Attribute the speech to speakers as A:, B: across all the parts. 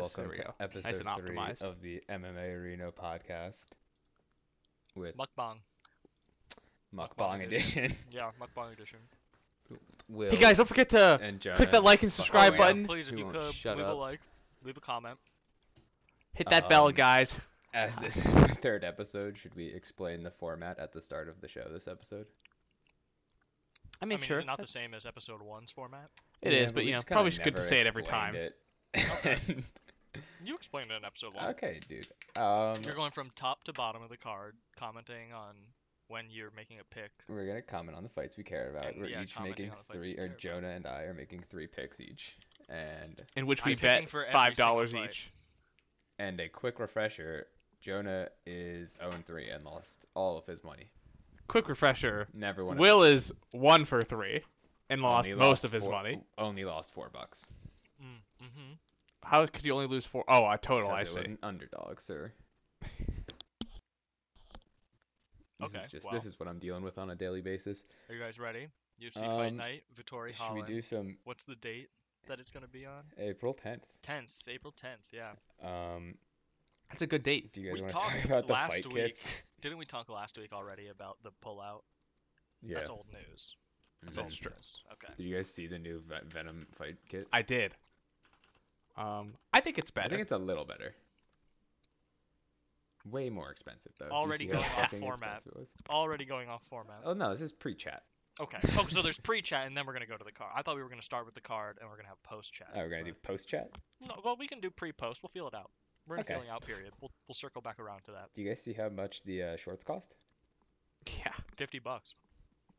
A: Welcome
B: we
A: to
B: go. Nice
A: episode
B: and
A: three
B: optimized.
A: of the MMA Reno podcast with
C: Mukbang.
A: Mukbang
C: Mukbang
A: Edition.
C: Yeah, mukbang edition.
A: Will
B: Hey guys, don't forget to
A: and
B: click that
A: Jonas.
B: like and subscribe
A: yeah.
B: button.
C: Please, if
A: He
C: you
A: won't
C: could,
A: shut
C: leave
A: up.
C: a like, leave a comment.
B: Hit that bell,
A: Um,
B: guys.
A: As this is the third episode, should we explain the format at the start of the show this episode?
B: I
C: I
B: made
C: mean,
B: sure
C: is it not the same as episode one's format?
B: it is, but you know, probably good to say it every time.
A: okay.
C: You explained it in episode one.
A: okay, dude. Um,
C: You're going from top to bottom of the card, commenting on when you're making a pick.
A: we're gonna comment on the fights we care about.
C: And,
A: We're
C: yeah,
A: each
C: commenting
A: making
C: on the fights
A: three,
C: we
A: or
C: care about.
A: Jonah and I are making three picks each, and
B: In which we
C: I'm picking
B: bet
C: for every
B: five dollars
C: single
B: each.
A: And a quick refresher, Jonah is 0-3 and lost all of his money.
B: Quick refresher:
A: Never won. a-
B: Will is one for three and lost
A: only
B: most of his
A: four-
B: money.
A: Only lost four bucks.
C: Mm, hmm
B: How could you only lose four? Oh, I total.
A: 'cause
B: I
A: it was
B: see.
A: an underdog, sir. This
C: Okay,
A: Is just,
C: wow.
A: This is what I'm dealing with on a daily basis.
C: Are you guys ready? UFC Fight
A: Um,
C: Night, Vittori
A: Should we
C: Holland.
A: do some
C: What's the date that it's going to be on?
A: April 10th?
C: 10th, April 10th, yeah.
A: Um,
B: That's a good date.
A: do you guys
C: We
A: want to
C: talked
A: talk about the
C: last
A: fight
C: week.
A: kits?
C: Didn't we talk last week already about the pullout?
A: Yeah.
C: That's old news. That's
A: mhm.
C: old
B: That's true.
C: news. Okay.
A: Did you guys see the new Ve- Venom fight kit?
B: I did. Um, I think it's
A: I
B: better.
A: think it's a little better. Way more expensive though. Do you
C: Already
A: see how
C: going off
A: fucking
C: format.
A: expensive it was?
C: Already going off format.
A: Oh no, this is pre-chat.
C: Okay. Oh, so there's pre-chat and then we're gonna go to the card. I thought we were gonna start with the card and we're gonna have post-chat.
A: Oh, we're gonna do post chat.
C: do. No, well, we can do pre-post. We'll feel it out. We're in
A: Okay.
C: a feeling out period. We'll we'll circle back around to that.
A: Do you guys see how much the uh, shorts cost?
B: yeah.
C: Fifty bucks.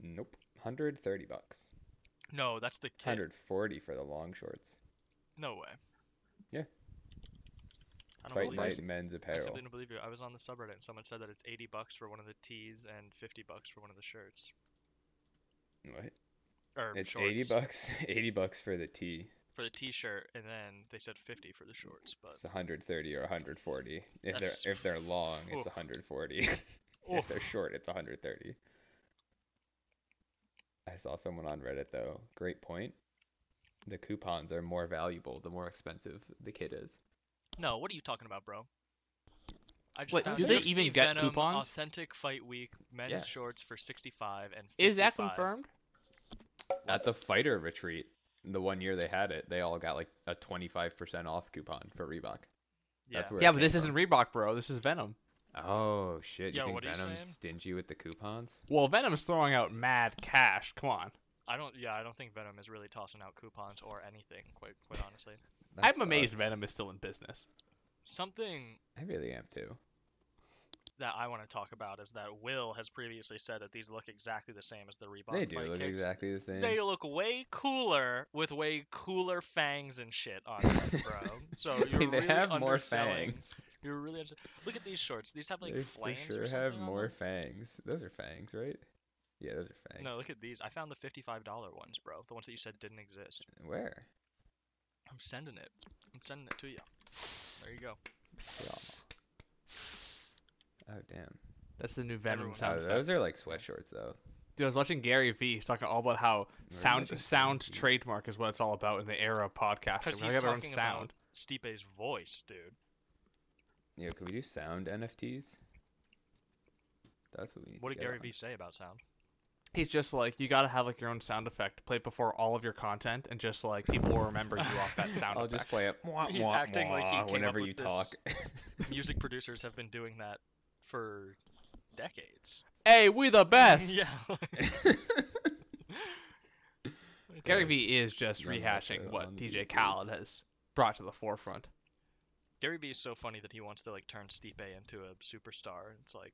A: Nope, hundred thirty bucks.
C: No, that's the kid.
A: Hundred forty for the long shorts.
C: No way.
A: Yeah.
C: I don't
A: Fight
C: believe
A: night
C: you.
A: men's
C: I
A: apparel.
C: simply didn't believe you. I was on the subreddit and someone said that it's eighty bucks for one of the tees and fifty bucks for one of the shirts
A: What?
C: or
A: It's
C: shorts
A: eighty bucks. Eighty bucks for the tee.
C: for the t-shirt, and then they said fifty for the shorts. But
A: It's hundred thirty or hundred forty. If
C: That's-
A: they're if they're long, it's
C: Oof.
A: hundred forty. if
C: Oof.
A: they're short, it's hundred thirty. I saw someone on Reddit though. Great point. The coupons are more valuable the more expensive the kit is.
C: No, what are you talking about, bro? I just
B: Wait,
C: found
A: do they
C: UFC
B: even get
C: Venom
B: coupons?
C: Authentic Fight Week men's
A: Yeah.
C: shorts for 65 and 55.
B: Is that confirmed?
A: At the fighter retreat, the one year they had it, they all got like a 25% off coupon for Reebok.
C: Yeah.
A: That's where
B: Yeah,
A: it
B: but
A: came
B: this
A: from.
B: isn't Reebok, bro. This is Venom.
A: Oh shit! You
C: Yo,
A: think
C: what are you
A: Venom's
C: saying?
A: stingy with the coupons?
B: Well, Venom's throwing out mad cash. Come on.
C: I don't. Yeah, I don't think Venom is really tossing out coupons or anything. Quite, quite honestly,
A: That's
B: I'm amazed
A: fucked.
B: Venom is still in business.
C: something
A: I really am too.
C: that I want to talk about is that Will has previously said that these look exactly the same as the Reebok.
A: they do
C: fight
A: look
C: kicks.
A: exactly the same.
C: They look way cooler with way cooler fangs and shit on them, bro. So
A: I
C: you're
A: mean, they
C: really
A: have more
C: underselling-
A: fangs.
C: You're really under- look at these shorts. These have like
A: they for
C: flames
A: sure
C: or
A: have
C: something on
A: more
C: them.
A: fangs. Those are fangs, right? Yeah, those are fangs.
C: No, look at these. I found the fifty-five dollar ones, bro. The ones that you said didn't exist.
A: Where?
C: I'm sending it. I'm sending it to you. There you go.
B: That's
A: Oh damn.
B: the new Venom
C: Everyone-
B: sound
A: oh,
B: effect.
A: those are like sweatshorts though.
B: Dude, I was watching Gary Vee. He's talking all about how
A: you
B: sound
A: watching Gary
B: sound
A: Vee?
B: trademark is what it's all about in the era of podcasting.
C: Because
B: We
C: he's
B: have our own
C: talking
B: sound.
C: about Stipe's voice, dude.
A: Yeah, can we do sound NFTs? That's what we need.
C: What
A: to
C: did
A: get
C: Gary
A: on.
C: Vee say about sound?
B: He's just like, you gotta have like your own sound effect. Play it before all of your content, and just like people will remember you off that sound
A: I'll
B: effect.
A: just play it. Mwah,
C: He's
A: mwah,
C: acting like he
A: mwah
C: came up
A: whenever
C: with
A: you
C: this-
A: talk.
C: Music producers have been doing that for decades.
B: Hey, we the best.
C: yeah.
B: Gary Vee is just
A: Run that
B: rehashing
A: show
B: what
A: on
B: DJ
A: YouTube.
B: Khaled has brought to the forefront.
C: Gary Vee is so funny that he wants to like turn Stipe into a superstar. It's like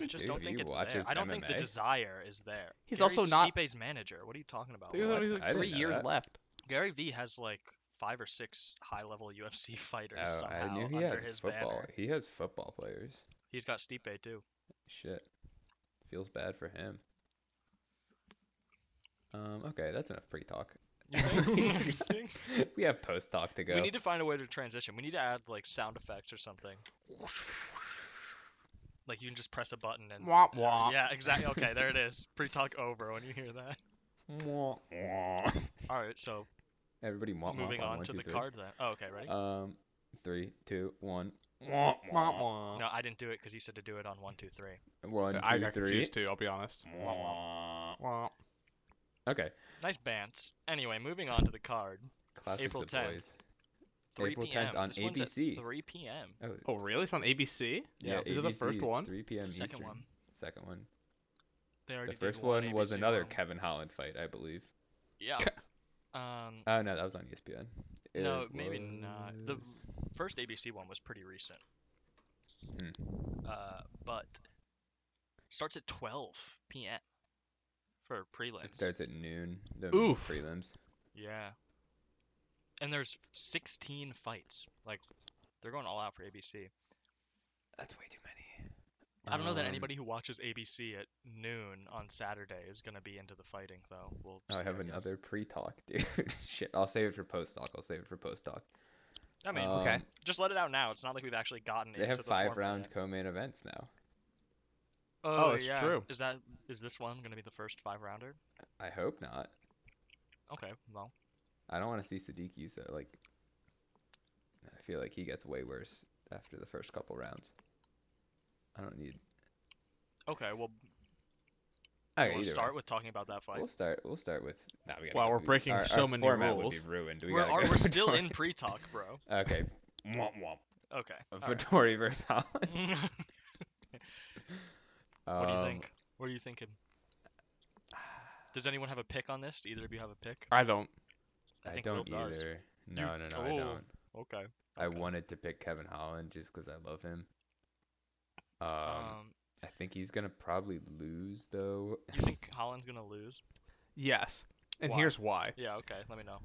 C: I just
A: Dude,
C: don't
A: he
C: think it's there.
A: watches
C: I don't think the
A: MMA?
C: desire is there.
B: He's
C: Gary's
B: also not-
C: Stipe's manager. What are you talking about?
B: There's
C: Will?
B: only,
A: I
B: like,
A: didn't
B: three
A: know
B: years
A: that.
B: left.
C: Gary Vee has like five or six high level UFC fighters
A: oh,
C: somehow
A: I knew he
C: under
A: had
C: his
A: football.
C: banner.
A: He has football players.
C: He's got Stipe too.
A: Shit. Feels bad for him. Um, okay, that's enough pre talk.
C: You think?
A: we have post talk to go.
C: we need to find a way to transition. We need to add like sound effects or something. Like you can just press a button and uh,
B: Womp womp.
C: yeah, exactly. Okay, there it is. Pre-talk over when you hear that.
A: Mwah, mwah.
C: All right, so
A: Everybody want
C: moving on to the card then. Oh, okay, ready?
A: Um three, two, one.
B: Womp
A: Uh-huh.
B: womp.
C: No, I didn't do it because you said to do it on one, two, three.
A: One,
B: I
A: two,
B: got
A: three.
B: confused too. I'll be honest.
A: Mwah.
B: Womp.
A: Okay.
C: Nice bants. Anyway, moving on to the card.
A: Classic
C: April
A: the
C: 10th.
A: boys.
C: 3
A: April 10th
C: p.m.
A: on
C: This one's at
A: ABC.
C: 3 p.m.
A: Oh,
B: Oh, really? It's on ABC.
A: yeah.
B: Is it the first
A: ABC,
B: one?
A: 3 p.m.
C: It's the second
A: Eastern.
C: one.
A: Second one.
C: They
A: The
C: already did
A: first one was
C: ABC
A: another
C: one.
A: Kevin Holland fight, I believe.
C: Yeah. um,
A: Oh no, that was on ESPN.
C: No,
A: It
C: maybe not. The-
A: was-
C: first ABC one was pretty recent.
A: Hmm.
C: Uh, but starts at 12 p.m. for prelims.
A: It starts at noon. The
B: Oof.
A: prelims.
C: Yeah. And there's 16 fights. Like, they're going all out for ABC.
A: That's way too many.
C: I don't know that
A: Um,
C: anybody who watches ABC at noon on Saturday is gonna be into the fighting, though. We'll.
A: oh, I
C: see,
A: have
C: guess.
A: another pre-talk, dude. Shit, I'll save it for post-talk. I'll save it for post-talk.
C: I mean,
B: okay.
A: Um,
C: just let it out now. It's not like we've actually gotten
A: They
C: into
A: have
C: the
A: five
C: format
A: round
C: yet.
A: co-main events now.
C: Oh,
B: it's
C: yeah.
B: true.
C: Is that is this one gonna be the first five rounder?
A: I hope not.
C: Okay, well,
A: I don't want to see Sadiq use it. Like, I feel like he gets way worse after the first couple rounds. I don't need.
C: okay. Well,
A: Okay,
C: we'll
A: either
C: start
A: way.
C: with talking about that fight.
A: We'll start. We'll start with. Nah, we gotta
B: Wow,
A: go-
B: we're
A: we-
B: breaking
A: our,
B: so
A: our
B: many
A: format would be
B: rules.
A: ruined. We
C: We're,
A: gotta
C: are,
A: go
C: we're still in
A: Vettori-
C: pre-talk, bro.
A: Okay. Womp womp.
C: Okay. all right.
A: Vittori versus Holland.
C: what do you
A: Um,
C: think? What are you thinking? Does anyone have a pick on this? Do either of you have a pick?
B: I don't.
C: I
A: I,
C: think Will
A: don't
C: does.
A: either. No, no, no, I
C: oh,
A: don't.
C: Okay.
A: I
C: okay.
A: wanted to pick Kevin Holland just because I love him. Um,
C: Um,
A: I think he's gonna probably lose though.
C: you think Holland's gonna lose?
B: Yes. And
C: Why?
B: here's why.
C: Yeah. Okay. Let me know.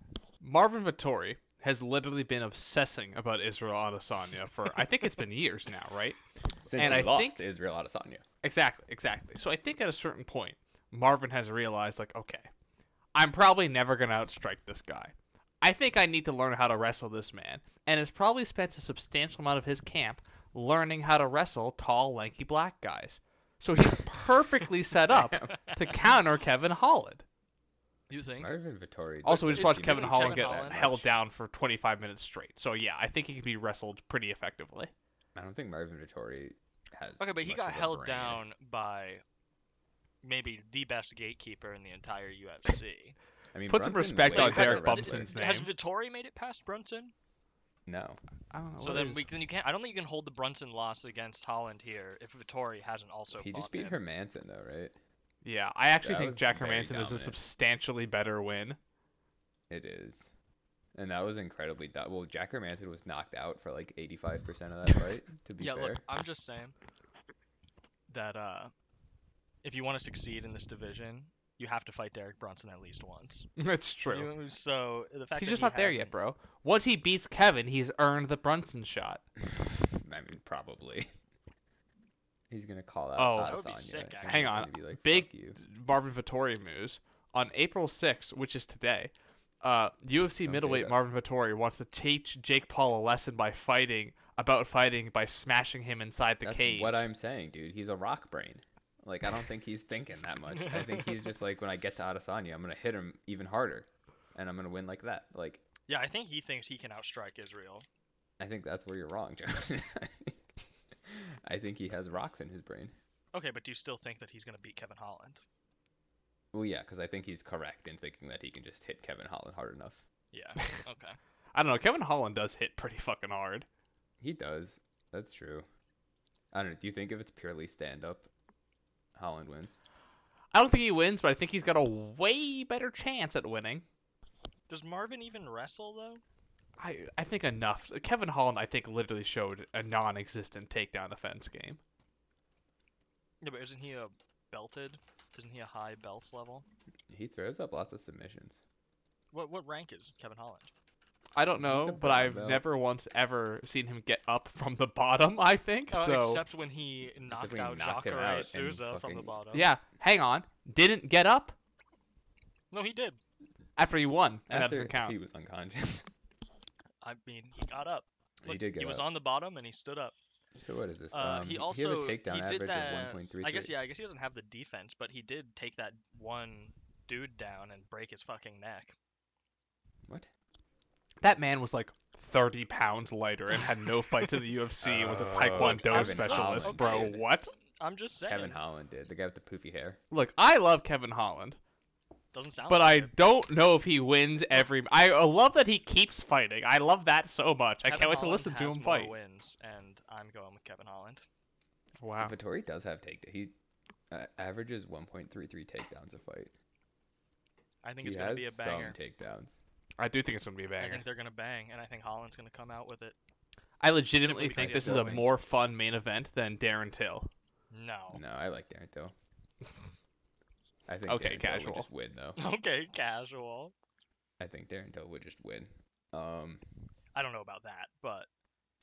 B: Marvin Vittori has literally been obsessing about Israel Adesanya for I think it's been years now, right?
A: Since
B: And
A: he
B: I
A: lost
B: think-
A: to Israel Adesanya.
B: Exactly, exactly. So I think at a certain point, Marvin has realized like, okay, I'm probably never gonna outstrike this guy. I think I need to learn how to wrestle this man, and has probably spent a substantial amount of his camp learning how to wrestle tall, lanky black guys. So he's perfectly set up to counter Kevin Holland.
C: You think?
A: Marvin Vittori.
B: Also, we
A: doesn't
B: just watched
A: seem
B: Kevin
A: like
B: Holland
A: he's
B: get
A: that
C: Holland.
B: held
A: much.
B: down for 25 minutes straight. So yeah, I think he can be wrestled pretty effectively.
A: I don't think Marvin Vittori has.
C: Okay, but he
A: much
C: got
A: of a
C: held
A: brain.
C: down by maybe the best gatekeeper in the entire UFC.
A: I mean,
B: Put some
A: Brunson's
B: respect
A: way
B: on
C: Wait,
A: better
B: Derek
A: wrestler.
B: Bumson's
C: did- Has
B: name.
C: Vittori made it past Brunson?
A: No,
B: I don't know.
C: So
B: what
C: then
B: is-
C: we then you can't. I don't think you can hold the Brunson loss against Holland here if Vittori hasn't also.
A: he just
C: fought
A: beat
C: him.
A: Hermanson though, right?
B: Yeah, I actually
A: That
B: think
A: was
B: Jack
A: very
B: Hermanson is a
A: dominant.
B: substantially better win.
A: It is, and that was incredibly. Do- well, Jack Hermanson was knocked out for like eighty-five percent of that fight. To be
C: yeah,
A: fair,
C: look, I'm just saying that uh, if you want to succeed in this division, you have to fight Derek Brunson at least once.
B: That's true.
C: You- so the fact
B: He's
C: that
B: just
C: he
B: not there
C: hasn't-
B: yet, bro. Once he beats Kevin, he's earned the Brunson shot.
A: I mean, probably. He's gonna call out.
B: Oh.
C: That would be
A: Adesanya,
C: sick,
A: and
B: Hang
A: he's
B: on,
A: gonna be like,
B: big-
A: "Fuck you.
B: Marvin Vittori moves on April 6th, which is today. Uh, UFC
A: Don't date
B: middleweight
A: us.
B: Marvin Vittori wants to teach Jake Paul a lesson by fighting about fighting by smashing him inside the
A: That's
B: cage.
A: what I'm saying, dude. He's a rock brain. Like I don't think he's thinking that much. I think he's just like, when I get to Adesanya, I'm gonna hit him even harder, and I'm gonna win like that. Like
C: Yeah, I think he thinks he can outstrike Israel.
A: I think that's where you're wrong, Josh. I think he has rocks in his brain.
C: Okay, but do you still think that he's gonna beat Kevin Holland?
A: Well, yeah, because I think he's correct in thinking that he can just hit Kevin Holland hard enough.
C: Yeah. Okay.
B: I don't know. Kevin Holland does hit pretty fucking hard.
A: He does. That's true. I don't know. Do you think if it's purely stand up, Holland wins?
B: I don't think he wins, but I think he's got a way better chance at winning.
C: Does Marvin even wrestle though?
B: I, I think enough. Kevin Holland, I think, literally showed a non existent takedown defense game.
C: Yeah, but isn't he a belted? Isn't he a high belt level?
A: He throws up lots of submissions.
C: What what rank is Kevin Holland?
B: I don't
A: He's a
B: know, but I've
A: brown belt.
B: never once ever seen him get up from the bottom, I think.
A: Oh,
C: Uh,
B: so,
C: except when he knocked
A: when he
C: out
A: knocked him
C: Jacare
A: out and
C: Souza from the
A: fucking-
C: bottom.
B: yeah, hang on. Didn't get up
C: No, he did.
B: after he won, and that
A: After
B: doesn't count.
A: He was unconscious.
C: I mean, he got up.
A: he
C: Look,
A: did get
C: He was
A: up.
C: on the bottom and he stood up.
A: So what is this?
C: Uh,
A: um,
C: he
A: has a
C: also he,
A: takedown
C: did
A: average
C: that.
A: of 1.33.
C: I guess yeah. I guess he doesn't have the defense, but he did take that one dude down and break his fucking neck.
A: What?
B: That man was like 30 pounds lighter and had no fights in the UFC and was a
A: Oh,
B: Taekwondo
A: Kevin
B: specialist,
A: Holland,
B: bro.
A: dude.
B: What?
C: I'm just saying.
A: Kevin Holland did. The guy with the poofy hair.
B: Look, I love Kevin Holland,
C: Doesn't sound.
B: but I
C: like it.
B: don't know if he wins every. I uh, love that he keeps fighting. I love that so much. I can't
C: Kevin
B: wait to
C: Holland
B: listen to
C: has
B: him
C: more
B: fight.
C: Wins, and I'm going with Kevin Holland.
B: Wow.
A: Vittori does have takedown. He uh, averages 1.33 takedowns a fight.
C: I think
A: he
C: it's
A: has
C: going to be a banger.
A: some takedowns.
B: I do think it's going to be a
C: I
B: banger.
C: think they're going to bang, and I think Holland's going to come out with it.
B: I legitimately
C: Simply
B: think
C: because
B: this is
C: he
A: has no
B: a
A: wings.
B: more fun main event than Darren Till.
C: No.
A: No, I like Darren Till. I think
B: Okay,
A: Darren Till
B: casual.
A: would just win though.
C: Okay, casual.
A: I think Darren Till would just win. Um,
C: I don't know about that, but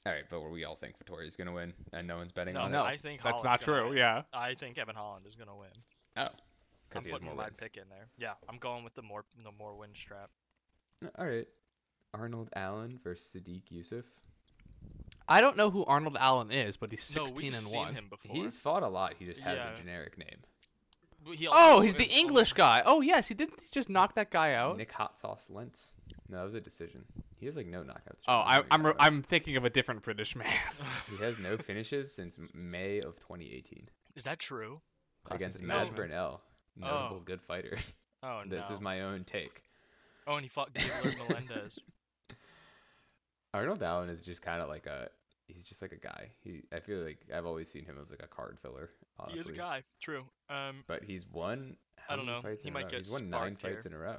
A: all right, but we all think Vittori's gonna win, and no one's betting
C: No,
A: on
C: no.
A: it.
C: I think
B: that's
C: Holland's
B: not
C: gonna
B: true.
C: win.
B: Yeah.
C: I think Kevin Holland is going to win.
A: Oh,
C: I'm
A: because he has
C: putting
A: more
C: my
A: wins.
C: pick in there. Yeah, I'm going with the more the more win strap.
A: All right, Arnold Allen versus Sadiq Youssef.
B: I don't know who Arnold Allen is, but he's
C: no,
B: 16
C: we've
B: and
C: seen
B: 1.
C: him before.
A: He's fought a lot. He just has
C: Yeah.
A: a generic name.
C: But he
B: Oh,
C: also
B: he's the
C: is only-
B: English guy. Oh, yes, he did he just knock that guy out.
A: Nick Hot Sauce Lentz. No, that was a decision. He has like no knockouts.
B: Oh, I,
A: Sorry,
B: I'm
A: Kyle.
B: I'm thinking of a different British man.
A: He has no finishes since M- May of 2018
C: Is that true?
A: against
C: in England.
A: Maz Burnell, notable good fighter.
C: Oh no.
A: this is my own take.
C: Oh, and he fought Gilbert Melendez.
A: Arnold Allen is just kind of like a he's just like a guy. He I feel like I've always seen him as like a card filler. Honestly.
C: He is a guy. True. Um,
A: But he's won.
C: I
A: how
C: don't
A: many
C: know.
A: Fights
C: He
A: in a
C: might
A: row?
C: get
A: He's won nine
C: sparked
A: fights
C: here.
A: in a row.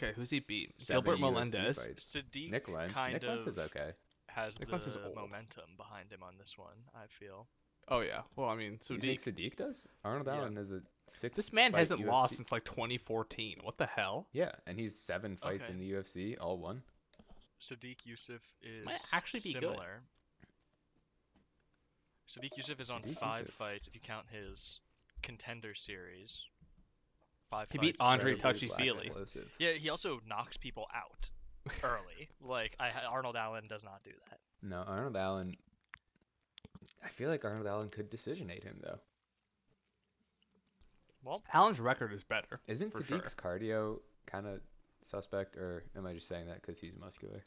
B: Okay, who's he beat?
A: 70
B: Gilbert
A: UFC
B: Melendez.
A: fights.
C: Sadiq
A: Nick Lentz.
C: kind
A: Nick Lentz is
C: of
A: okay.
C: has
B: Nick
C: the
B: Lentz is old.
C: momentum behind him on this one. I feel.
B: Oh yeah. Well, I mean,
A: You think
B: Sadiq.
A: Sadiq does? Arnold
C: Yeah.
A: Allen is a six.
B: This man
A: fight
B: hasn't lost
A: UFC
B: since like 2014. What the hell?
A: Yeah, and he's seven fights
C: Okay.
A: in the UFC, all won.
C: Sadiq Yusuf is
B: Might actually be good.
C: similar. Sadiq Yusuf is on
A: Sadiq
C: five
A: Yusuf.
C: fights if you count his contender series. Five.
B: He beat
C: fights,
B: Andre
C: incredibly
A: Incredibly
B: Touchy
A: black
B: Feely.
A: explosive.
C: Yeah, he also knocks people out early. like I, Arnold Allen does not do that.
A: No, Arnold Allen. I feel like Arnold Allen could decisionate him though.
C: Well,
B: Allen's record is better.
A: Isn't
B: For
A: Sadiq's cardio kind of suspect, or am I just saying that because he's muscular?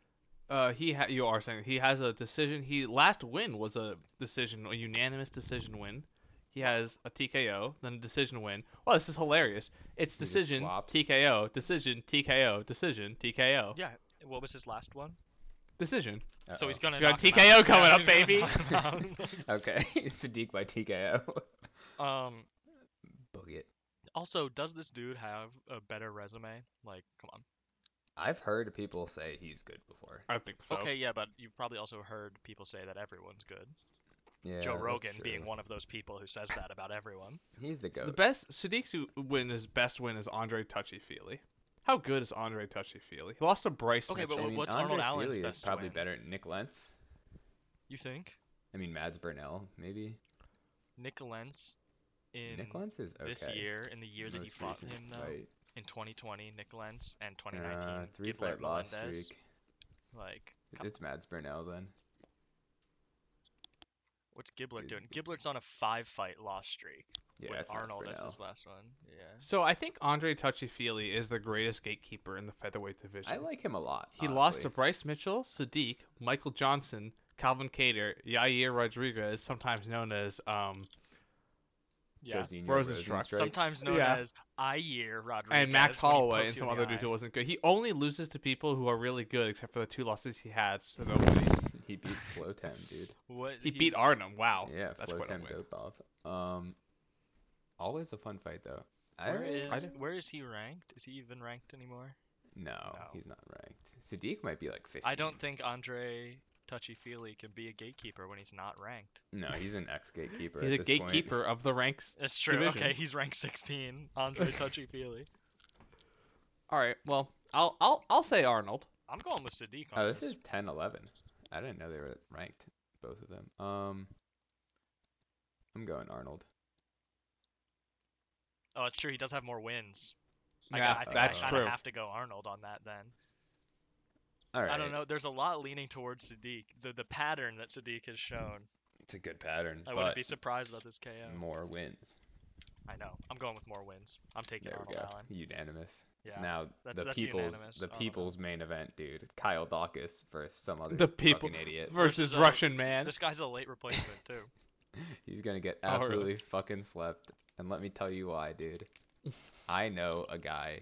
B: Uh, he ha- you are saying he has a decision. He last win was a decision, a unanimous decision win. He has a TKO, then a decision win. Well, this is hilarious. It's
A: He just
B: decision
A: swaps.
B: TKO, decision TKO, decision TKO,
C: yeah. What was his last one?
B: decision.
C: So he's
A: Uh-oh.
C: gonna.
B: We got
C: knock him out.
B: TKO coming
C: Yeah,
B: up,
C: he's gonna
B: baby.
C: knock him out.
A: okay. Sadiq by TKO.
C: Um.
A: Book it.
C: Also, does this dude have a better resume? Like, come on.
A: I've heard people say he's good before.
B: I think so.
C: Okay, yeah, but you've probably also heard people say that everyone's good.
A: Yeah,
C: Joe
A: that's
C: Rogan being
A: true.
C: one of those people who says that about everyone.
A: He's the
B: The
A: goat.
B: best Sadiq's win is best win is Andre Touchy Feely. How good is Andre Touchy Feely? He lost to Bryce.
C: Okay, but
B: Mitchell.
A: I
C: what-
A: mean,
C: what's
A: Andre
C: Arnold Allen's
A: Feely is
C: best
A: probably
C: win?
A: better than Nick Lentz.
C: You think
A: I mean, Mads Burnell, maybe.
C: Nick Lentz in
A: Nick Lentz is okay.
C: this year, in the year that he
A: Most
C: fought
A: recent
C: him though,
A: fight.
C: in 2020, Nick Lentz and
A: Uh,
C: 2019,
A: three
C: Gilbert
A: fight loss
C: Melendez,
A: streak.
C: Like,
A: It-
C: come-
A: It's Mads Burnell then.
C: what's Giblert
A: is
C: doing?
A: the-
C: Giblert's on a five-fight loss streak
A: Yeah,
C: with
A: it's Mads
C: Arnold as
A: Burnell.
C: his last one. Yeah.
B: So I think Andre Touchy Feely is the greatest gatekeeper in the featherweight division.
A: I like him a lot.
B: He lost to
A: honestly.
B: Bryce Mitchell, Sadiq, Michael Johnson, Calvin Cater, Yair Rodriguez, sometimes known as um,
C: Yeah.
A: Josino
B: Rosenstruck.
A: Rosenstruck.
C: Sometimes known
B: Yeah.
C: as Ayer Rodriguez.
B: and Max
C: when he
B: Holloway and
C: pokes you
B: some
C: in the
B: other dude
C: eye.
B: who wasn't good. He only loses to people who are really good, except for the two losses he had. So nobody.
A: he beat Flotam, dude.
C: What
B: He beat
C: he's-
B: Arnhem. Wow,
A: Yeah,
B: Oh, that's quite a
A: Flotam
B: win.
A: goat Bob. Um, always a fun fight though. I
C: Where
A: really- I
C: is
A: don't-
C: where is he ranked? Is he even ranked anymore?
A: no,
C: No.
A: he's not ranked. Sadiq might be like 50.
C: I don't think Andre Touchy Feely can be a gatekeeper when he's not ranked.
A: No, he's an ex gatekeeper.
B: He's a gatekeeper of the ranks.
C: That's true. Okay,
B: Division.
C: he's ranked 16. Andre Touchy Feely.
B: All right, well, I'll I'll I'll say Arnold.
C: I'm going with Sadiq. On
A: Oh, this is 10 11. I didn't know they were ranked, both of them. Um, I'm going Arnold.
C: Oh, it's true. He does have more wins. I
B: Yeah,
C: got- I, think
B: that's
C: I kinda
B: true.
C: have to go Arnold on that then.
A: All right.
C: I don't know. There's a lot leaning towards Sadiq. The the pattern that Sadiq has shown.
A: It's a good pattern.
C: I
A: but
C: wouldn't be surprised about this KO.
A: more wins.
C: I know. I'm going with more wins. I'm taking
A: There we
C: Arnold
A: go.
C: Allen.
A: Unanimous.
C: Yeah.
A: Now
C: that's-
A: the
C: that's
A: people's
C: unanimous.
A: the
C: I don't know.
A: people's main event, dude. Kyle Dawkins versus some other
B: The people-
A: fucking idiot.
B: versus
C: Versus, uh,
B: Russian man.
C: This guy's a late replacement too.
A: He's gonna get
B: Oh, really?
A: absolutely fucking slept. And let me tell you why, dude. I know a guy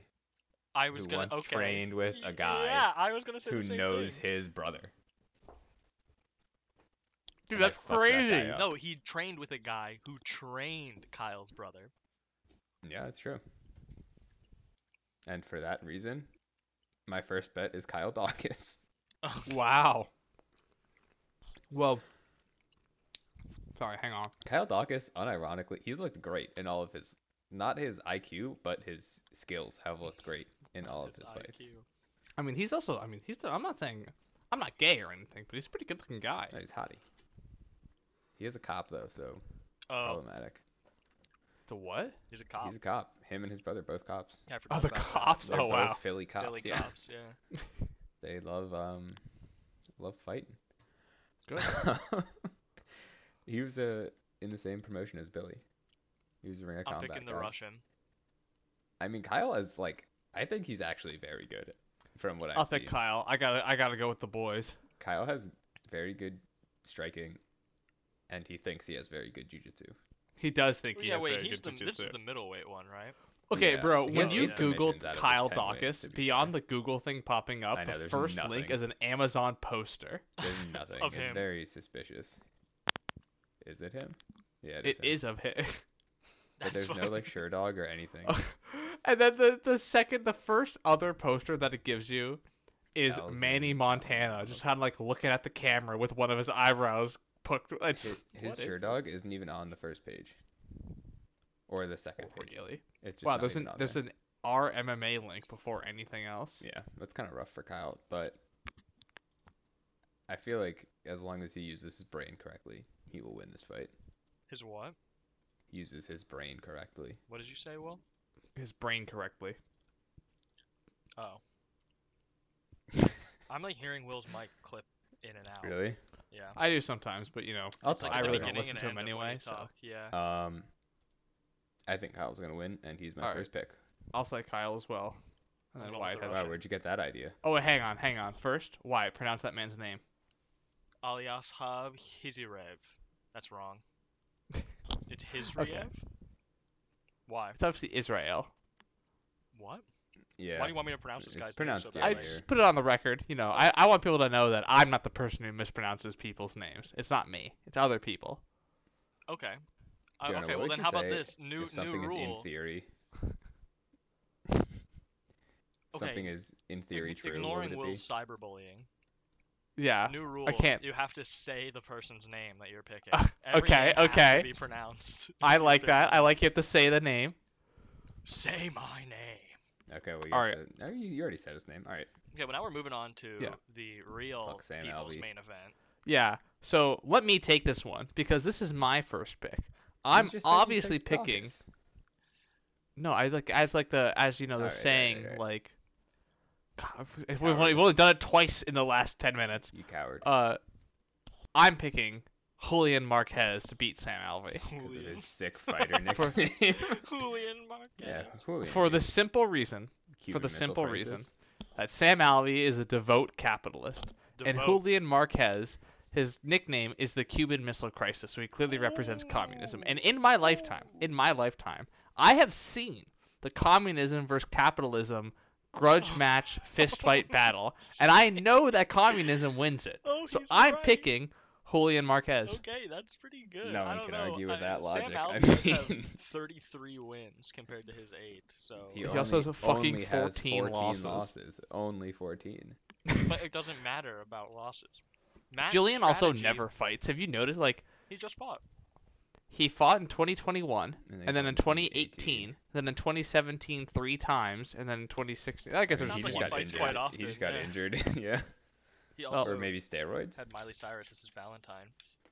C: I
A: who
C: was
A: once
C: gonna okay.
A: trained with a
C: Y-
A: guy
C: Yeah, I was gonna say the
A: who
C: same
A: knows
C: thing.
A: his brother.
B: Dude,
A: and I
B: that's
A: fucked that guy
B: crazy.
A: up.
C: No, he trained with a guy who trained Kyle's brother.
A: Yeah, that's true. And for that reason, my first bet is Kyle Dawkins.
B: Wow. Well, sorry, hang on.
A: Kyle Dawkins, unironically, he's looked great in all of his not his IQ, but his skills have looked great in all of
C: His
A: his fights.
C: IQ.
B: I mean, he's also. I mean, he's. I'm not saying. I'm not gay or anything, but he's a pretty good-looking guy.
A: No, he's hottie. He is a cop though, so
C: Oh,
A: problematic.
B: The what?
C: he's a cop.
A: He's a cop. Him and his brother both cops.
C: Yeah, I forgot
B: Oh, the
C: about that.
B: cops.
A: They're
B: Oh
A: both
B: wow.
A: Philly cops.
C: Philly
A: yeah.
C: cops. Yeah.
A: They love um love fighting.
B: Good.
A: he was uh, in the same promotion as Billy. He was a ring of
C: I'm
A: combat
C: picking the
A: guy.
C: Russian.
A: I mean, Kyle is like, I think he's actually very good from what I've
B: I'll
A: seen.
B: take Kyle. I gotta. I gotta go with the boys.
A: Kyle has very good striking, and he thinks he has very good jujitsu.
B: He does think he
C: yeah,
B: has
C: wait,
B: very
C: he's the,
B: good
C: this is
B: jujitsu.
C: the middleweight one, right?
B: Okay,
A: Yeah,
B: bro.
A: he
B: When
C: has
B: you
C: eight
B: Googled
A: submissions out of his 10
B: Kyle
A: wins, to
B: Dawkins,
A: be
B: beyond
A: fair.
B: the Google thing popping up,
A: I know,
B: the
A: there's
B: first link
A: nothing.
B: is an Amazon poster.
A: There's nothing.
C: Of
A: it's
C: him.
A: very suspicious. Is it him? Yeah, it is.
B: It
A: him.
B: is of him.
A: But there's no
C: fucking-
A: like sure dog or anything.
B: Oh, and then the the second, the first other poster that it gives you is
A: Thousand
B: Manny Montana, just kind of like looking at the camera with one of his eyebrows poked. It's
A: His, his
B: what is
A: sure dog isn't even on the first page, or the second
B: that?
A: page.
B: really?
A: It's just
B: Wow,
A: not
B: there's
A: even
B: an
A: on
B: there's
A: there.
B: an RMMA link before anything else.
A: Yeah, that's kind of rough for Kyle, but I feel like as long as he uses his brain correctly, he will win this fight.
C: His what?
A: Uses his brain correctly.
C: What did you say, Will?
B: His brain correctly.
C: Oh. I'm like hearing Will's mic clip in and out.
A: Really?
C: Yeah.
B: I do sometimes, but you know,
A: I'll
C: It's like
A: talk
B: I
C: at the
B: really
A: about it.
B: don't
C: beginning
B: listen
C: and
B: to him
C: end of when
B: anyway,
C: you
B: so-
C: talk, Yeah.
A: Um, I think Kyle's gonna win, and he's my
B: Alright.
A: first pick.
B: I'll say Kyle as well. And
C: I'm
B: then
C: going
B: Wyatt
C: with the
B: has
A: Wow,
C: Russian.
A: where'd you get that idea?
B: Oh, wait, hang on, hang on. First, Wyatt, pronounce that man's name.
C: Alias Hab Hizirev. That's wrong. It's Hizrev? Why?
B: It's obviously Israel.
C: What?
A: Yeah.
C: Why do you want me to pronounce this
A: It's
C: guy's
A: pronounced
C: name? so
A: Yeah,
B: I
A: but
C: badly?
A: you're-
B: just put it on the record. You know, I, I want people to know that I'm not the person who mispronounces people's names. It's not me. It's other people.
C: Okay. Uh,
A: Jonah,
C: okay,
A: what
C: well
A: would
C: then
A: you
C: how about
A: say
C: this?
A: if
C: New new
A: something is in
C: rule.
A: theory. Something is in theory true. what would
C: Ignoring
A: it
C: Will's cyberbullying.
B: Yeah.
C: New rule.
B: Ah, can't-
C: You have to say the person's name that you're picking.
B: Uh,
C: Every
B: okay,
C: name has to
B: okay.
C: be pronounced.
B: I like that. I like you have to say the name.
C: Say my name.
A: be? Okay, well, you,
B: Alright.
A: have to- oh, you, you already said his name. All right.
C: Okay, well now we're moving on to
B: Yeah.
C: the real
A: Fuck Sam
C: people's
A: Alvey.
C: main event.
B: Yeah. So let me take this one because this is my first pick. I'm obviously picking. No, I like as like the as you know they're
A: Alright, alright,
B: saying
A: alright.
B: like. God, if we've,
A: Coward.
B: only, we've only done it twice in the last ten minutes.
A: You coward.
B: Uh, I'm picking Julian Marquez to beat Sam Alvey.
A: Because of
C: Julian.
A: his sick fighter
B: For-
A: nickname.
C: Julian Marquez.
A: yeah, Julian,
B: For
A: dude.
B: the simple reason
A: Cuban
B: the
A: Missile
B: simple reason.
A: Crisis.
B: that Sam Alvey is a devout capitalist, and
C: Devote.
B: Julian Marquez, his nickname is the Cuban Missile Crisis, so he clearly represents communism. And in my lifetime, in my lifetime, I have seen the communism versus capitalism grudge match fist fight battle, and I know that communism wins it.
C: Oh,
B: So
C: he's
B: I'm
C: right. Oh,
B: picking Julian Marquez.
C: Okay, that's pretty good.
A: No
C: I
A: one
C: don't
A: can
C: know.
A: argue with
C: I-
A: that logic,
C: Sam
A: I
C: Alvey does
A: mean-
C: have 33 wins compared to his eight. So,
A: He,
B: He
A: only,
B: also has a fucking
A: only has
B: 14 losses.
A: Only 14.
C: but it doesn't matter about losses. Matt's
B: Julian also
C: strategy-
B: never fights. Have you noticed? Like
C: He just fought.
B: he fought in 2021.
A: And
B: and then in
A: 2018,
B: 2018, then in 2017 three times, and then in 2016. I
A: I
B: guess there's
A: mean,
C: Sounds
A: he
B: just
C: like
A: just
C: he
B: one.
A: got
C: fights
A: injured. He
C: quite often,
A: just got
C: yeah.
A: injured. yeah.
C: He
B: Well-
C: also
A: Or maybe steroids.
C: had Miley Cyrus as his Valentine.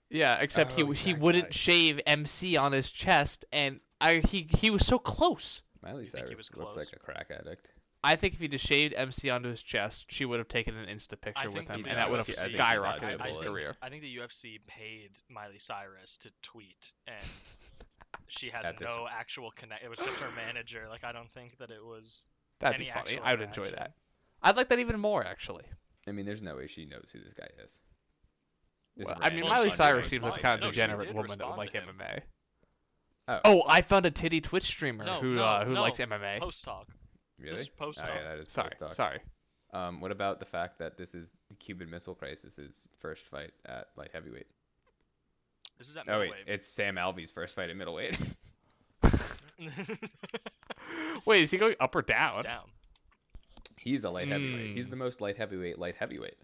B: Yeah, except he
A: Oh,
B: he he
A: that
B: wouldn't
A: guy.
B: shave MC on his chest, and I he he was so close.
A: Miley
C: You think
A: Cyrus
C: he was
A: looks
C: close?
A: like a crack addict.
B: I think if he just shaved MC onto his chest, she would have taken an Insta picture with
C: think
B: him,
C: the
B: and that would have
A: UFC I think he
B: skyrocketed
A: dodged
B: his
A: a bullet.
B: career.
C: I think the UFC paid Miley Cyrus to tweet, and she has
A: At this-
C: no actual connect. It was just her manager. Like I don't think that it was
B: That'd be
C: Any
B: funny.
C: actual
B: I would enjoy
C: interaction.
B: that. I'd like that even more actually.
A: I mean, there's no way she knows who this guy is. This
B: Well, I
A: random-
B: mean,
C: Well,
B: Miley
C: she did
B: Cyrus seems like the
C: respond.
B: kind of
C: No, she
B: degenerate
C: did
B: woman that would like
C: respond to him.
B: MMA.
A: Oh.
B: Oh, I found a titty Twitch streamer
C: No,
B: who
C: no,
B: uh, who
C: no.
B: likes MMA.
C: Post talk.
A: really?
C: is post
A: Oh, yeah,
C: hoc.
A: that is
B: sorry,
A: post hoc.
B: sorry.
A: Um, what about the fact that this is the Cuban Missile Crisis's first fight at light heavyweight?
C: This is at
A: Oh wait,
C: middleweight.
A: it's Sam Alvey's first fight at middleweight.
B: Wait, is he going up or down?
C: Down.
A: He's a light heavyweight. He's
B: Mm.
A: the most light heavyweight, light heavyweight.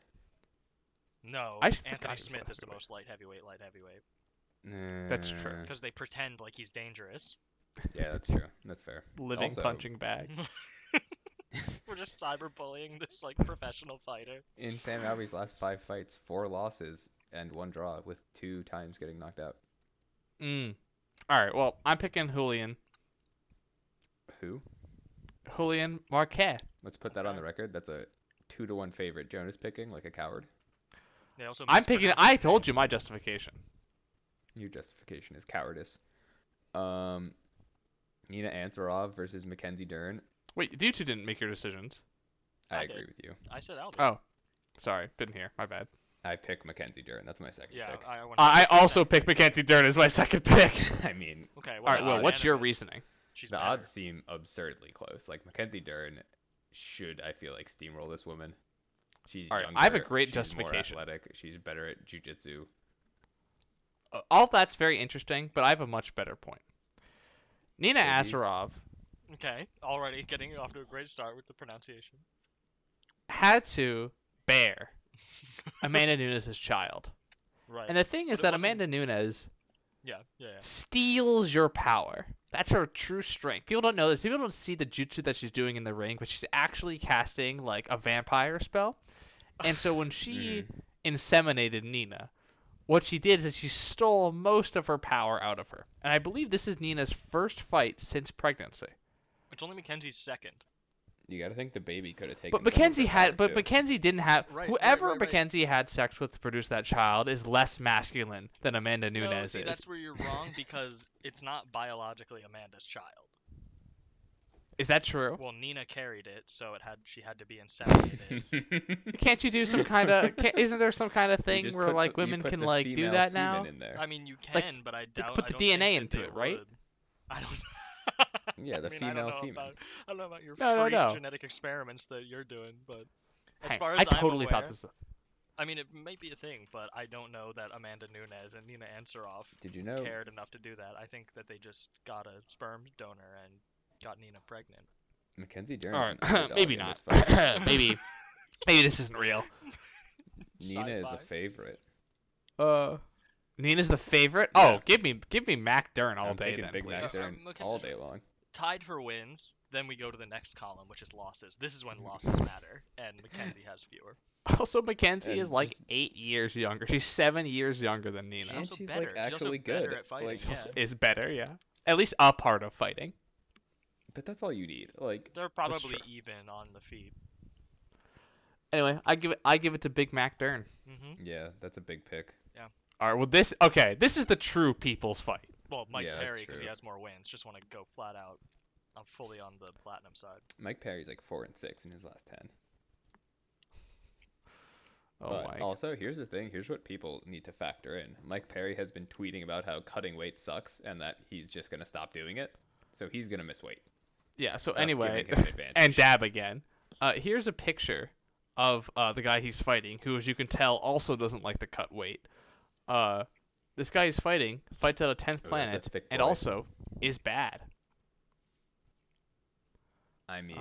C: No,
B: I forgot he
C: Anthony
B: was light
C: Smith is the
B: heavyweight.
C: most light heavyweight, light heavyweight,
B: true.
A: Uh,
C: because they pretend like he's dangerous.
A: Yeah, that's true. That's fair.
B: Living
A: Also-
B: punching bag.
C: We're just cyberbullying this like professional fighter.
A: In Sam Alvey's last five fights, four losses and one draw, with two times getting knocked out.
B: Mm. All right. Well, I'm picking Julian.
A: Who?
B: Julian Marquez.
A: Let's put that on
C: Okay.
A: the record. That's a two to one favorite. Jonah's picking like a coward.
C: They also.
B: I'm picking.
C: mispronounced
B: I
C: his
B: told
C: name.
B: you my justification.
A: Your justification is cowardice. Um, Nina Ansaroff versus Mackenzie Dern.
B: Wait, you two didn't make your decisions.
A: I,
C: I
A: agree
C: did.
A: with you.
C: I said Albert.
B: Oh, sorry, didn't hear. My bad.
A: I pick Mackenzie Dern. That's my second
C: yeah,
A: pick.
C: I, I, wanna-
B: I I also picked Mackenzie Dern as my second pick.
A: I mean,
C: Okay.
B: All right,
A: that's
B: Will, what's your
C: unanimous.
B: reasoning?
C: She's
A: the
C: better.
A: odds seem absurdly close. Like Mackenzie Dern should, I feel like, steamroll this woman. She's
B: All right,
A: younger,
B: I have a great
A: she's
B: justification.
A: More athletic. She's better at jujitsu.
B: Uh, All that's very interesting, but I have a much better point. Nina
A: Ladies.
B: Asarov
C: Okay, already getting off to a great start with the pronunciation.
B: had to bear Amanda Nunes' child.
C: Right.
B: And the thing is
C: it
B: that
C: wasn't-
B: Amanda Nunes
C: yeah, yeah, yeah.
B: steals your power. That's her true strength. People don't know this. People don't see the jutsu that she's doing in the ring, but she's actually casting like a vampire spell. And so when she
C: Hmm.
B: inseminated Nina, what she did is that she stole most of her power out of her. And I believe this is Nina's first fight since pregnancy.
C: It's only Mackenzie's second.
A: You got to think the baby could have taken.
B: But
A: some of
B: Mackenzie
A: her
B: had,
A: power,
B: but
A: too.
B: Mackenzie didn't have.
C: Right, right,
B: whoever
C: right, right.
B: Mackenzie had sex with to produce that child is less masculine than Amanda Nunes
C: no, Oh, see,
B: is.
C: that's where you're wrong because it's not biologically Amanda's child.
B: Is that true?
C: Well, Nina carried it, so it had she had to be inseminated.
B: Can't you do some kind of? Isn't there some kind of
A: You
B: thing
A: just
B: where
A: put
B: like
A: the- you
B: women
A: put
B: can
A: the
B: like do
A: female
B: that
A: semen
B: now?
A: in there.
C: I mean, you
B: Like,
C: can, but I
B: they
C: doubt.
B: put
C: I
B: the
C: don't think
B: DNA
C: that
B: into
C: they
B: it, right?
C: would. I don't.
A: Yeah, the
C: I mean, I
A: female
C: don't know
A: semen.
C: About, I don't know about your
B: No, no,
C: freak
B: no.
C: genetic experiments that you're doing, but as
B: Hey,
C: far as
B: I
C: I'm
B: totally thought
C: aware-
B: this.
C: I mean, it may be a thing, but I don't know that Amanda Nunes and Nina Ansaroff
A: Did you know?
B: Oh.
C: cared enough to do that. I think that they just got a sperm donor and got Nina pregnant.
A: Mackenzie Dern.
B: All right, maybe not. maybe, maybe this isn't real.
A: Nina is a
C: Sci-fi.
A: favorite.
B: Uh, Nina's the favorite.
A: Yeah.
B: Oh, give me, give me Mac Dern all
A: I'm
B: day
A: taking
B: then,
A: Big
B: please.
A: Mac
C: Uh,
A: Dern
C: um, Mackenzie
A: all
C: Dern.
A: day long.
C: Tied for wins, then we go to the next column, which is losses. This is when
B: Mm.
C: losses matter, and Mackenzie has fewer.
B: Also, Mackenzie is
A: And
B: like
A: just-
B: eight years younger. She's seven years younger than Nina.
C: She's
A: And
C: also
A: she's, like,
C: better. she's also
A: actually
C: better
A: good,
C: at fighting.
A: like-
C: yeah.
A: also-
B: Is better, yeah. At least a part of fighting.
A: But that's all you need. Like
C: They're probably
B: true.
C: even on the feet.
B: Anyway, I give it, I give it to Big Mac Dern.
C: hmm
A: Yeah, that's a big pick.
B: All right, well this, okay, this is the true people's fight.
C: Well, Mike
A: Yeah, that's
C: Perry, because he
A: true.
C: has more wins. Just want to go flat out. I'm fully on the platinum side.
A: Mike Perry's like four and six in his last ten.
B: Oh
A: but
B: my.
A: also, here's the thing. Here's what people need to factor in. Mike Perry has been tweeting about how cutting weight sucks and that he's just gonna stop doing it. So he's gonna miss weight.
B: Yeah. So
A: That's giving
B: anyway,
A: him an advantage.
B: and dab again. Uh, here's a picture of uh, the guy he's fighting, who, as you can tell, also doesn't like to cut weight. Uh, this guy he's fighting fights out a tenth
A: Oh, a
B: planet,
A: thick
B: and
A: boy.
B: also is bad.
A: I mean,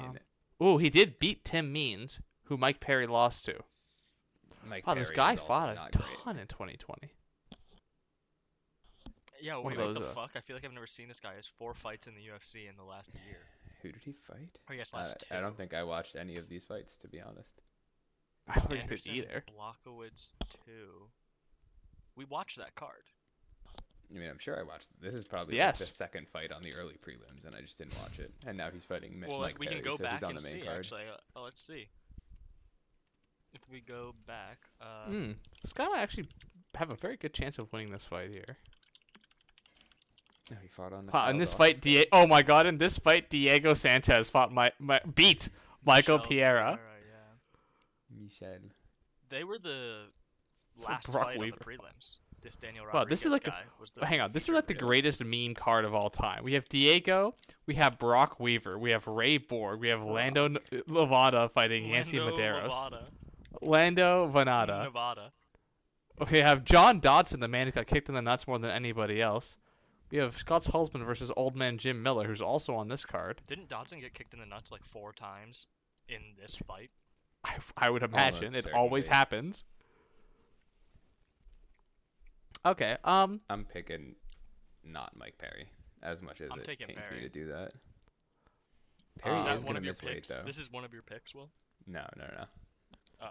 B: um, Ooh, he did beat Tim Means, who Mike Perry lost to.
A: Mike
B: Wow,
A: Perry
B: this guy
A: is also
B: fought a
A: not
B: ton
A: great.
B: in 2020.
C: Yeah,
B: One
C: wait,
B: of
C: what the
B: those, uh,
C: fuck? I feel like I've never seen this guy. He has four fights in the UFC in the last year.
A: Who did he fight?
C: Or yes,
A: I,
C: last two.
A: I don't think I watched any of these fights, to be honest.
B: I don't think it's
C: Anderson
B: either.
C: Blockowitz two. We watched that card.
A: I mean, I'm sure I watched. This is probably like
B: Yes.
A: the second fight on the early prelims, and I just didn't watch it. And now he's fighting Mi-
C: well,
A: Mike
C: we
A: Perry,
C: can go
A: so
C: back
A: he's on
C: and
A: the main
C: see.
A: card.
C: Actually, uh, oh, let's see. If we go back, uh,
B: Mm, this guy might actually have a very good chance of winning this fight here.
A: No, he fought on the.
B: Wow, in
A: field
B: this
A: off
B: fight,
A: his-
B: Diego. Oh my God! In this fight, Diego Sanchez fought my, my beat Michael Piera.
C: Michel Pereira, yeah.
A: Michel.
C: They were the last
B: Brock
C: fight
B: Weaver.
C: on the prelims. This Daniel Rodriguez
B: Wow, this is like a-
C: guy was the
B: Hang on, this is
C: featured
B: like the
C: video.
B: greatest meme card of all time. We have Diego, we have Brock Weaver, we have Ray Borg, we have Lando N- Lavada fighting Yancy
C: Lando
B: Medeiros,
C: Lovato,
B: Lando Vanada.
C: Nevada.
B: Okay, we have John Dodson, the man who got kicked in the nuts more than anybody else. We have Scott's Hulsman versus Old Man Jim Miller, who's also on this card.
C: Didn't Dodson get kicked in the nuts like four times in this fight?
B: I, I would imagine
A: Almost
B: it always
A: certainly.
B: happens. Okay. Um.
A: I'm picking not Mike Perry as much as
C: I'm
A: it
C: taking
A: pains
C: Perry.
A: me to do that. Perry
B: Uh,
C: is
B: He's
C: that
A: is
C: one
A: gonna
C: of your
A: miss weight
C: picks?
A: though.
C: This is one of your picks, Will.
A: No, no, no.
C: Oh,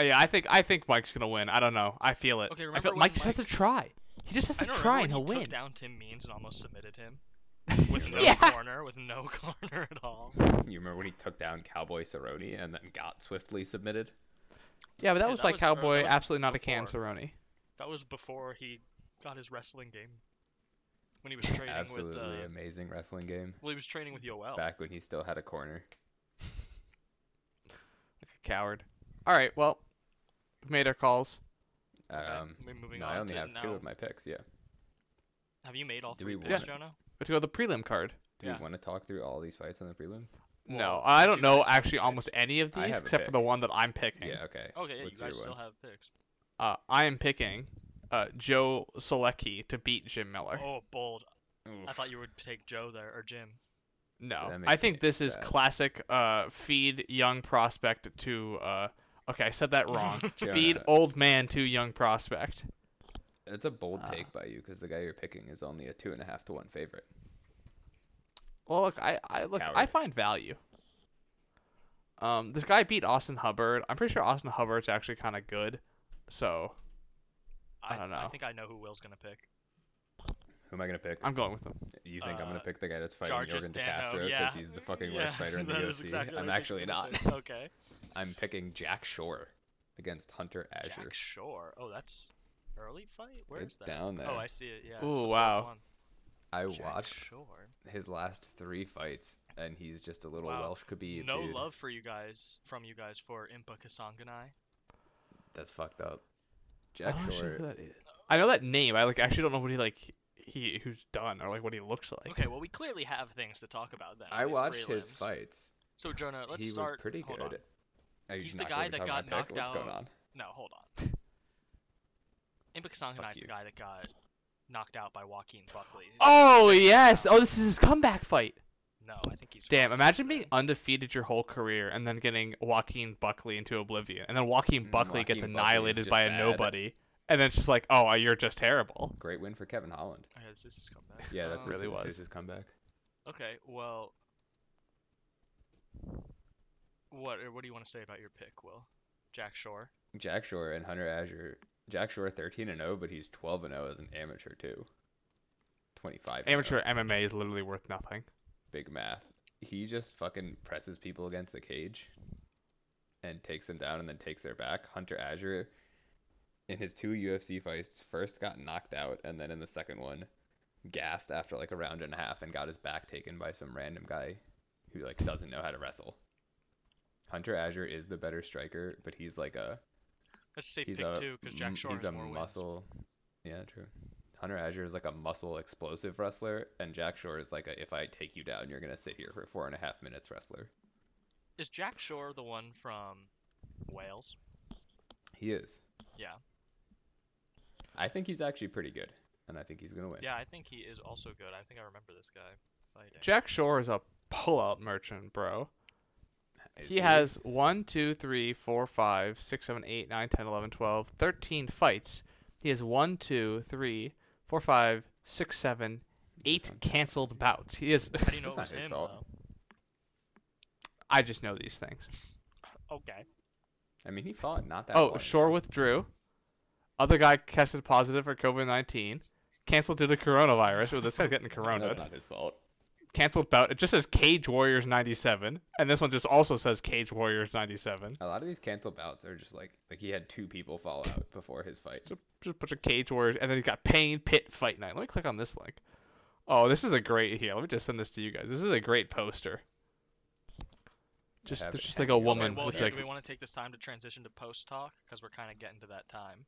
B: Yeah, I think I think Mike's gonna win. I don't know. I feel it.
C: Okay,
B: I
C: remember
B: feel
C: when
B: Mike just has to
C: Mike-
B: try. He just has
C: I
B: to
C: don't
B: try and
C: remember
B: he'll
C: when he
B: win.
C: took down Tim Means and almost submitted him with no
B: Yeah.
C: corner, with no corner at all.
A: You remember when he took down Cowboy Cerrone and then got swiftly submitted?
B: Yeah, but that
C: Yeah,
B: was
C: that
B: by
C: was- or that
B: Cowboy.
C: was
B: absolutely not a can
C: before.
B: Cerrone.
C: That was before he got his wrestling game when he was training with. Uh, Oh.
A: Absolutely amazing wrestling game.
C: well, he was training with Yoel.
A: Back when he still had a corner.
B: Like a coward. All right. Well, we made our calls.
C: Okay,
A: Um,
C: we're moving
A: no,
C: on
A: I only
C: to
A: have
C: now.
A: two of my picks. Yeah.
C: Have you made all
A: Do
C: three
A: we
C: picks,
A: want-
C: Jonah?
B: Let's go to the prelim card.
A: Do
C: Yeah.
A: we want to talk through all these fights on the prelim?
B: no,
C: Well,
B: I
C: did
B: don't
C: you
B: know
C: guys have
B: actually
C: picks?
B: almost any of
A: I
B: these
A: have a
B: except for
A: pick.
B: the one that I'm picking.
A: Yeah. Okay.
C: Okay, yeah,
A: What's
C: you
A: your
C: guys still
A: one?
C: have picks.
B: Uh, I am picking uh, Joe Selecki to beat Jim Miller.
C: Oh, bold! I
A: Oof.
C: thought you would take Joe there or Jim.
B: No,
A: That
B: I
A: makes me
B: think this is
A: sad.
B: classic uh, feed young prospect to. Uh, okay, I said that wrong. feed
A: Jonah.
B: old man to young prospect.
A: That's a bold
B: Ah.
A: take by you because the guy you're picking is only a two and a half to one favorite.
B: Well, look, I, I look, I
A: Coward.
B: find value. Um, this guy beat Austin Hubbard. I'm pretty sure Austin Hubbard's actually kind of good. So I don't
C: I
B: know.
C: think I know who Will's gonna pick.
A: Who am I gonna pick?
B: I'm going with him.
A: you think I'm gonna
C: uh,
A: pick the guy that's fighting
C: Jargis
A: Jorgen De
C: Dano,
A: Castro because
C: yeah.
A: he's the fucking
C: yeah,
A: worst fighter in the
C: that is
A: UFC?
C: exactly what
A: I'm
C: I think
A: actually
C: you're gonna
A: not.
C: pick. Okay.
A: I'm picking Jack Shore against Hunter Azure.
C: Jack Shore. Oh, that's early fight. Where is
A: it's
C: that?
A: down there.
C: Oh, I see it. Yeah. it's
B: Ooh,
C: the fourth
B: wow.
C: one.
A: I
C: Jack
A: watched
C: Shore.
A: his last three fights, and he's just a little
C: Wow.
A: Welsh Khabib.
C: No
A: dude.
C: love for you guys from you guys for Impa Kasanganai.
A: That's fucked up.
B: I
A: Jack
B: don't actually know
A: Shore.
B: who Oh, that is. I know that name. I like actually don't know what he like he who's done or like what he looks like.
C: Okay, well we clearly have things to talk about then.
A: I
C: these
A: watched his
C: prelims.
A: fights.
C: So Jonah, let's
A: he
C: start.
A: was pretty
C: hold
A: good.
C: on.
A: Are you
C: He's
A: not
C: the
A: gonna
C: guy
A: be
C: that
A: talking
C: got
A: about pick?
C: knocked
A: What's going
C: out.
A: on?
C: No, hold on. Impa Kasanganai is the
A: you.
C: guy that got knocked out by Joaquin Buckley.
B: Oh yes. Oh, this is his comeback fight.
C: No, I think he's. Oh,
B: Damn!
C: lost
B: Imagine
C: since
B: being
C: then.
B: undefeated your whole career and then getting Joaquin Buckley into oblivion, and then Joaquin
A: Mm,
B: Buckley gets
A: Joaquin Buckley is
B: annihilated
A: just
B: by a
A: bad.
B: nobody, and then it's just like, oh, you're just terrible.
A: Great win for Kevin Holland.
C: Okay, this is his comeback.
A: Yeah, that's
C: Um,
A: his,
B: Really
A: this
B: was.
A: is his comeback.
C: Okay, well, what or what do you want to say about your pick, Will? Jack Shore.
A: Jack Shore and Hunter Azure. Jack Shore 13 and 0, but he's 12 and 0 as an amateur too. 25. and 0.
B: Amateur MMA is literally worth nothing.
A: Big math. He just fucking presses people against the cage, and takes them down, and then takes their back. Hunter Azure, in his two UFC fights, first got knocked out, and then in the second one, gassed after like a round and a half, and got his back taken by some random guy, who like doesn't know how to wrestle. Hunter Azure is the better striker, but he's like a
C: Let's just say
A: he's
C: pick
A: a
C: two because Jack
A: m-
C: Shore
A: he's
C: has
A: a
C: more
A: muscle. Yeah, true. Hunter Azure is like a muscle explosive wrestler, and Jack Shore is like a if I take you down, you're gonna sit here for four and a half minutes wrestler.
C: wins. Is Jack Shore the one from Wales?
A: He is.
C: Yeah.
A: I think he's actually pretty good, and I think he's gonna win.
C: Yeah, I think he is also good. I think I remember this guy fighting.
B: Jack Shore is a pullout merchant, bro.
A: Is
B: He has one, two, three, four, five, six, seven, eight, nine, ten, eleven, twelve, thirteen fights. He has one, two, three, four, five, six, seven, eight
A: on-
B: canceled bouts. He is.
C: How do you know it was
A: That's not his
C: him?
A: fault.
B: I just know these things.
C: though? Okay.
A: I mean, he fought not that.
B: Oh,
A: long
B: Shore
A: ago.
B: withdrew. Other guy tested positive for COVID 19. Canceled due to coronavirus. Well, this guy's getting
A: That's
B: corona.
A: not his fault.
B: canceled bout. It just says Cage Warriors 97, and this one just also says Cage Warriors 97.
A: A lot of these cancel bouts are just like like he had two people fall out before his fight.
B: Just, just a bunch of Cage Warriors, and then he's got Pain Pit Fight Night. Let me click on this link. Oh, this is a great here. Let me just send this to you guys. This is a great poster. Just
A: have
B: there's
A: it
B: just like a
A: hanging up.
B: woman
A: Well,
B: with
A: here,
B: like
C: do we want to take this time to transition to post talk because we're kind of getting to that time?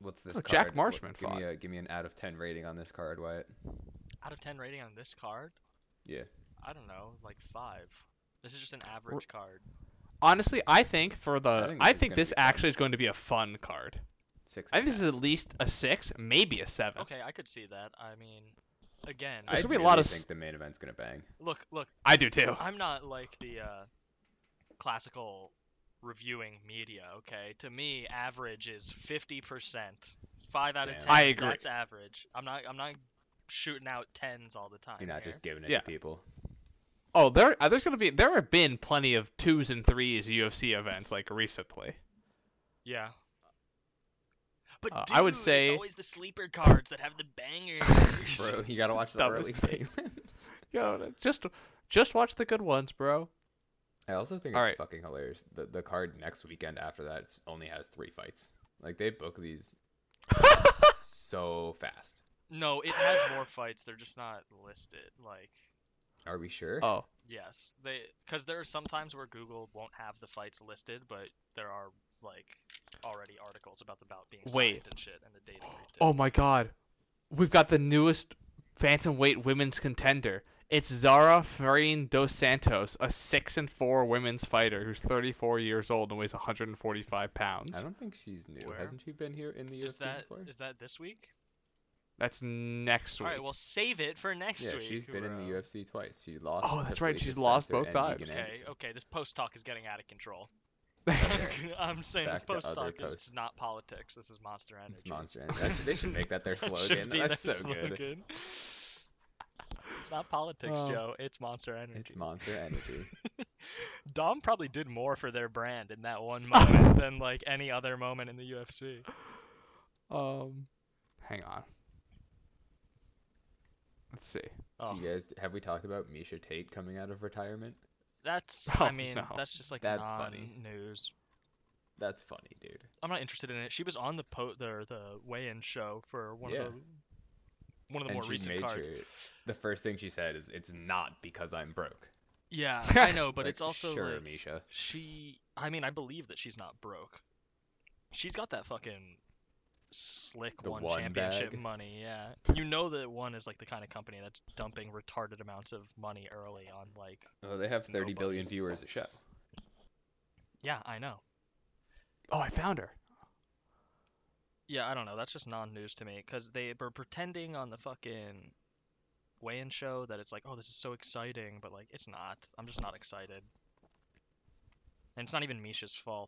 A: What's this
B: Oh,
A: card?
B: Jack
A: What-
B: Marshman
A: give
B: fought.
A: me a give me an out of ten rating on this card, Wyatt.
C: Out of ten rating on this card,
A: Yeah.
C: I don't know, like five. This is just an average card.
B: honestly, I think for the I
A: think this is
B: think,
A: gonna
B: this
A: be fun.
B: actually is going to be a fun card.
A: Six.
B: I
A: and a
B: think this is at least a six, maybe a seven.
C: Okay, I could see that. I mean, again,
A: half. I
B: There's gonna be a
A: really
B: lot of s-
A: think the main event's gonna bang.
C: look, look.
B: I do too.
C: I'm not like the uh, classical reviewing media. Okay, to me, average is fifty percent. Five out of
A: Yeah.
C: ten.
B: I agree.
C: That's average. I'm not. I'm not shooting out tens all the time.
A: You're not
C: here.
A: just giving it
B: Yeah.
A: to people.
B: Oh, there uh, there's gonna be there have been plenty of twos and threes UFC events like recently.
C: Yeah. But
B: Uh,
C: dude,
B: I would
C: it's
B: say-
C: always the sleeper cards that have the bangers.
A: Bro, you gotta watch the early
B: dumbest thing.
A: prelims.
B: Yeah, uh, just just watch the good ones, bro.
A: I also think it's
B: All right.
A: fucking hilarious. The the card next weekend after that s- only has three fights. Like they book these so fast.
C: no, it has more fights. They're just not listed. Like,
A: Are we sure?
B: Oh,
C: yes, they because there are some times where Google won't have the fights listed, but there are like already articles about the bout being signed
B: Wait.
C: and shit and the date agreed to.
B: oh my God, we've got the newest bantamweight women's contender. It's Zara Farine dos Santos, a six and four women's fighter who's 34 years old and weighs 145
A: I
B: pounds.
A: don't think she's new.
C: Where?
A: Hasn't she been here in the
C: Is
A: UFC
C: that
A: before?
C: is that this week?
B: That's next
C: All
B: week.
C: right, well save it for next
A: yeah,
C: week.
A: she's been in the
C: bro.
A: UFC twice. She lost.
B: Oh,
A: to
B: that's right,
A: Felicia
B: she's lost
A: Spencer and
B: both times.
A: Megan
C: Okay,
A: Anderson.
C: okay, this post talk is getting out of control.
A: Okay.
C: I'm saying
A: Back to
C: post
A: other
C: talk is
A: posts.
C: it's not politics. This is monster energy.
A: It's monster. Energy. That's- They should make that their
C: Should
A: slogan.
C: be
A: That's so
C: their
A: good.
C: slogan. It's not politics,
B: Oh.
C: Joe. It's monster energy.
A: It's monster energy.
C: Dom probably did more for their brand in that one moment than like any other moment in the UFC.
B: Um, hang on. Let's see.
C: Oh,
A: Do you guys have we talked about Misha Tate coming out of retirement?
C: that's
B: Oh,
C: I mean
B: no.
C: that's just like
A: That's funny.
C: news.
A: That's funny, dude.
C: I'm not interested in it. She was on the po- the, the weigh-in show for one
A: Yeah.
C: of the one of
A: and
C: the more
A: she
C: recent
A: made
C: cards.
A: sure the first thing she said is, "It's not because I'm broke."
C: Yeah, I know, but
A: Like,
C: it's also
A: sure,
C: like,
A: Misha.
C: she i mean i believe that she's not broke she's got that fucking slick
A: The
C: one
A: one
C: championship
A: bag.
C: money yeah you know that one is like the kind of company that's dumping retarded amounts of money early on like
A: Oh, they have 30 billion
C: Nobody's-
A: viewers a show.
C: yeah i know
B: Oh, I found her.
C: yeah i don't know that's just non-news to me because they were pretending on the fucking weigh-in show that it's like oh this is so exciting but like it's not i'm just not excited and it's not even misha's fault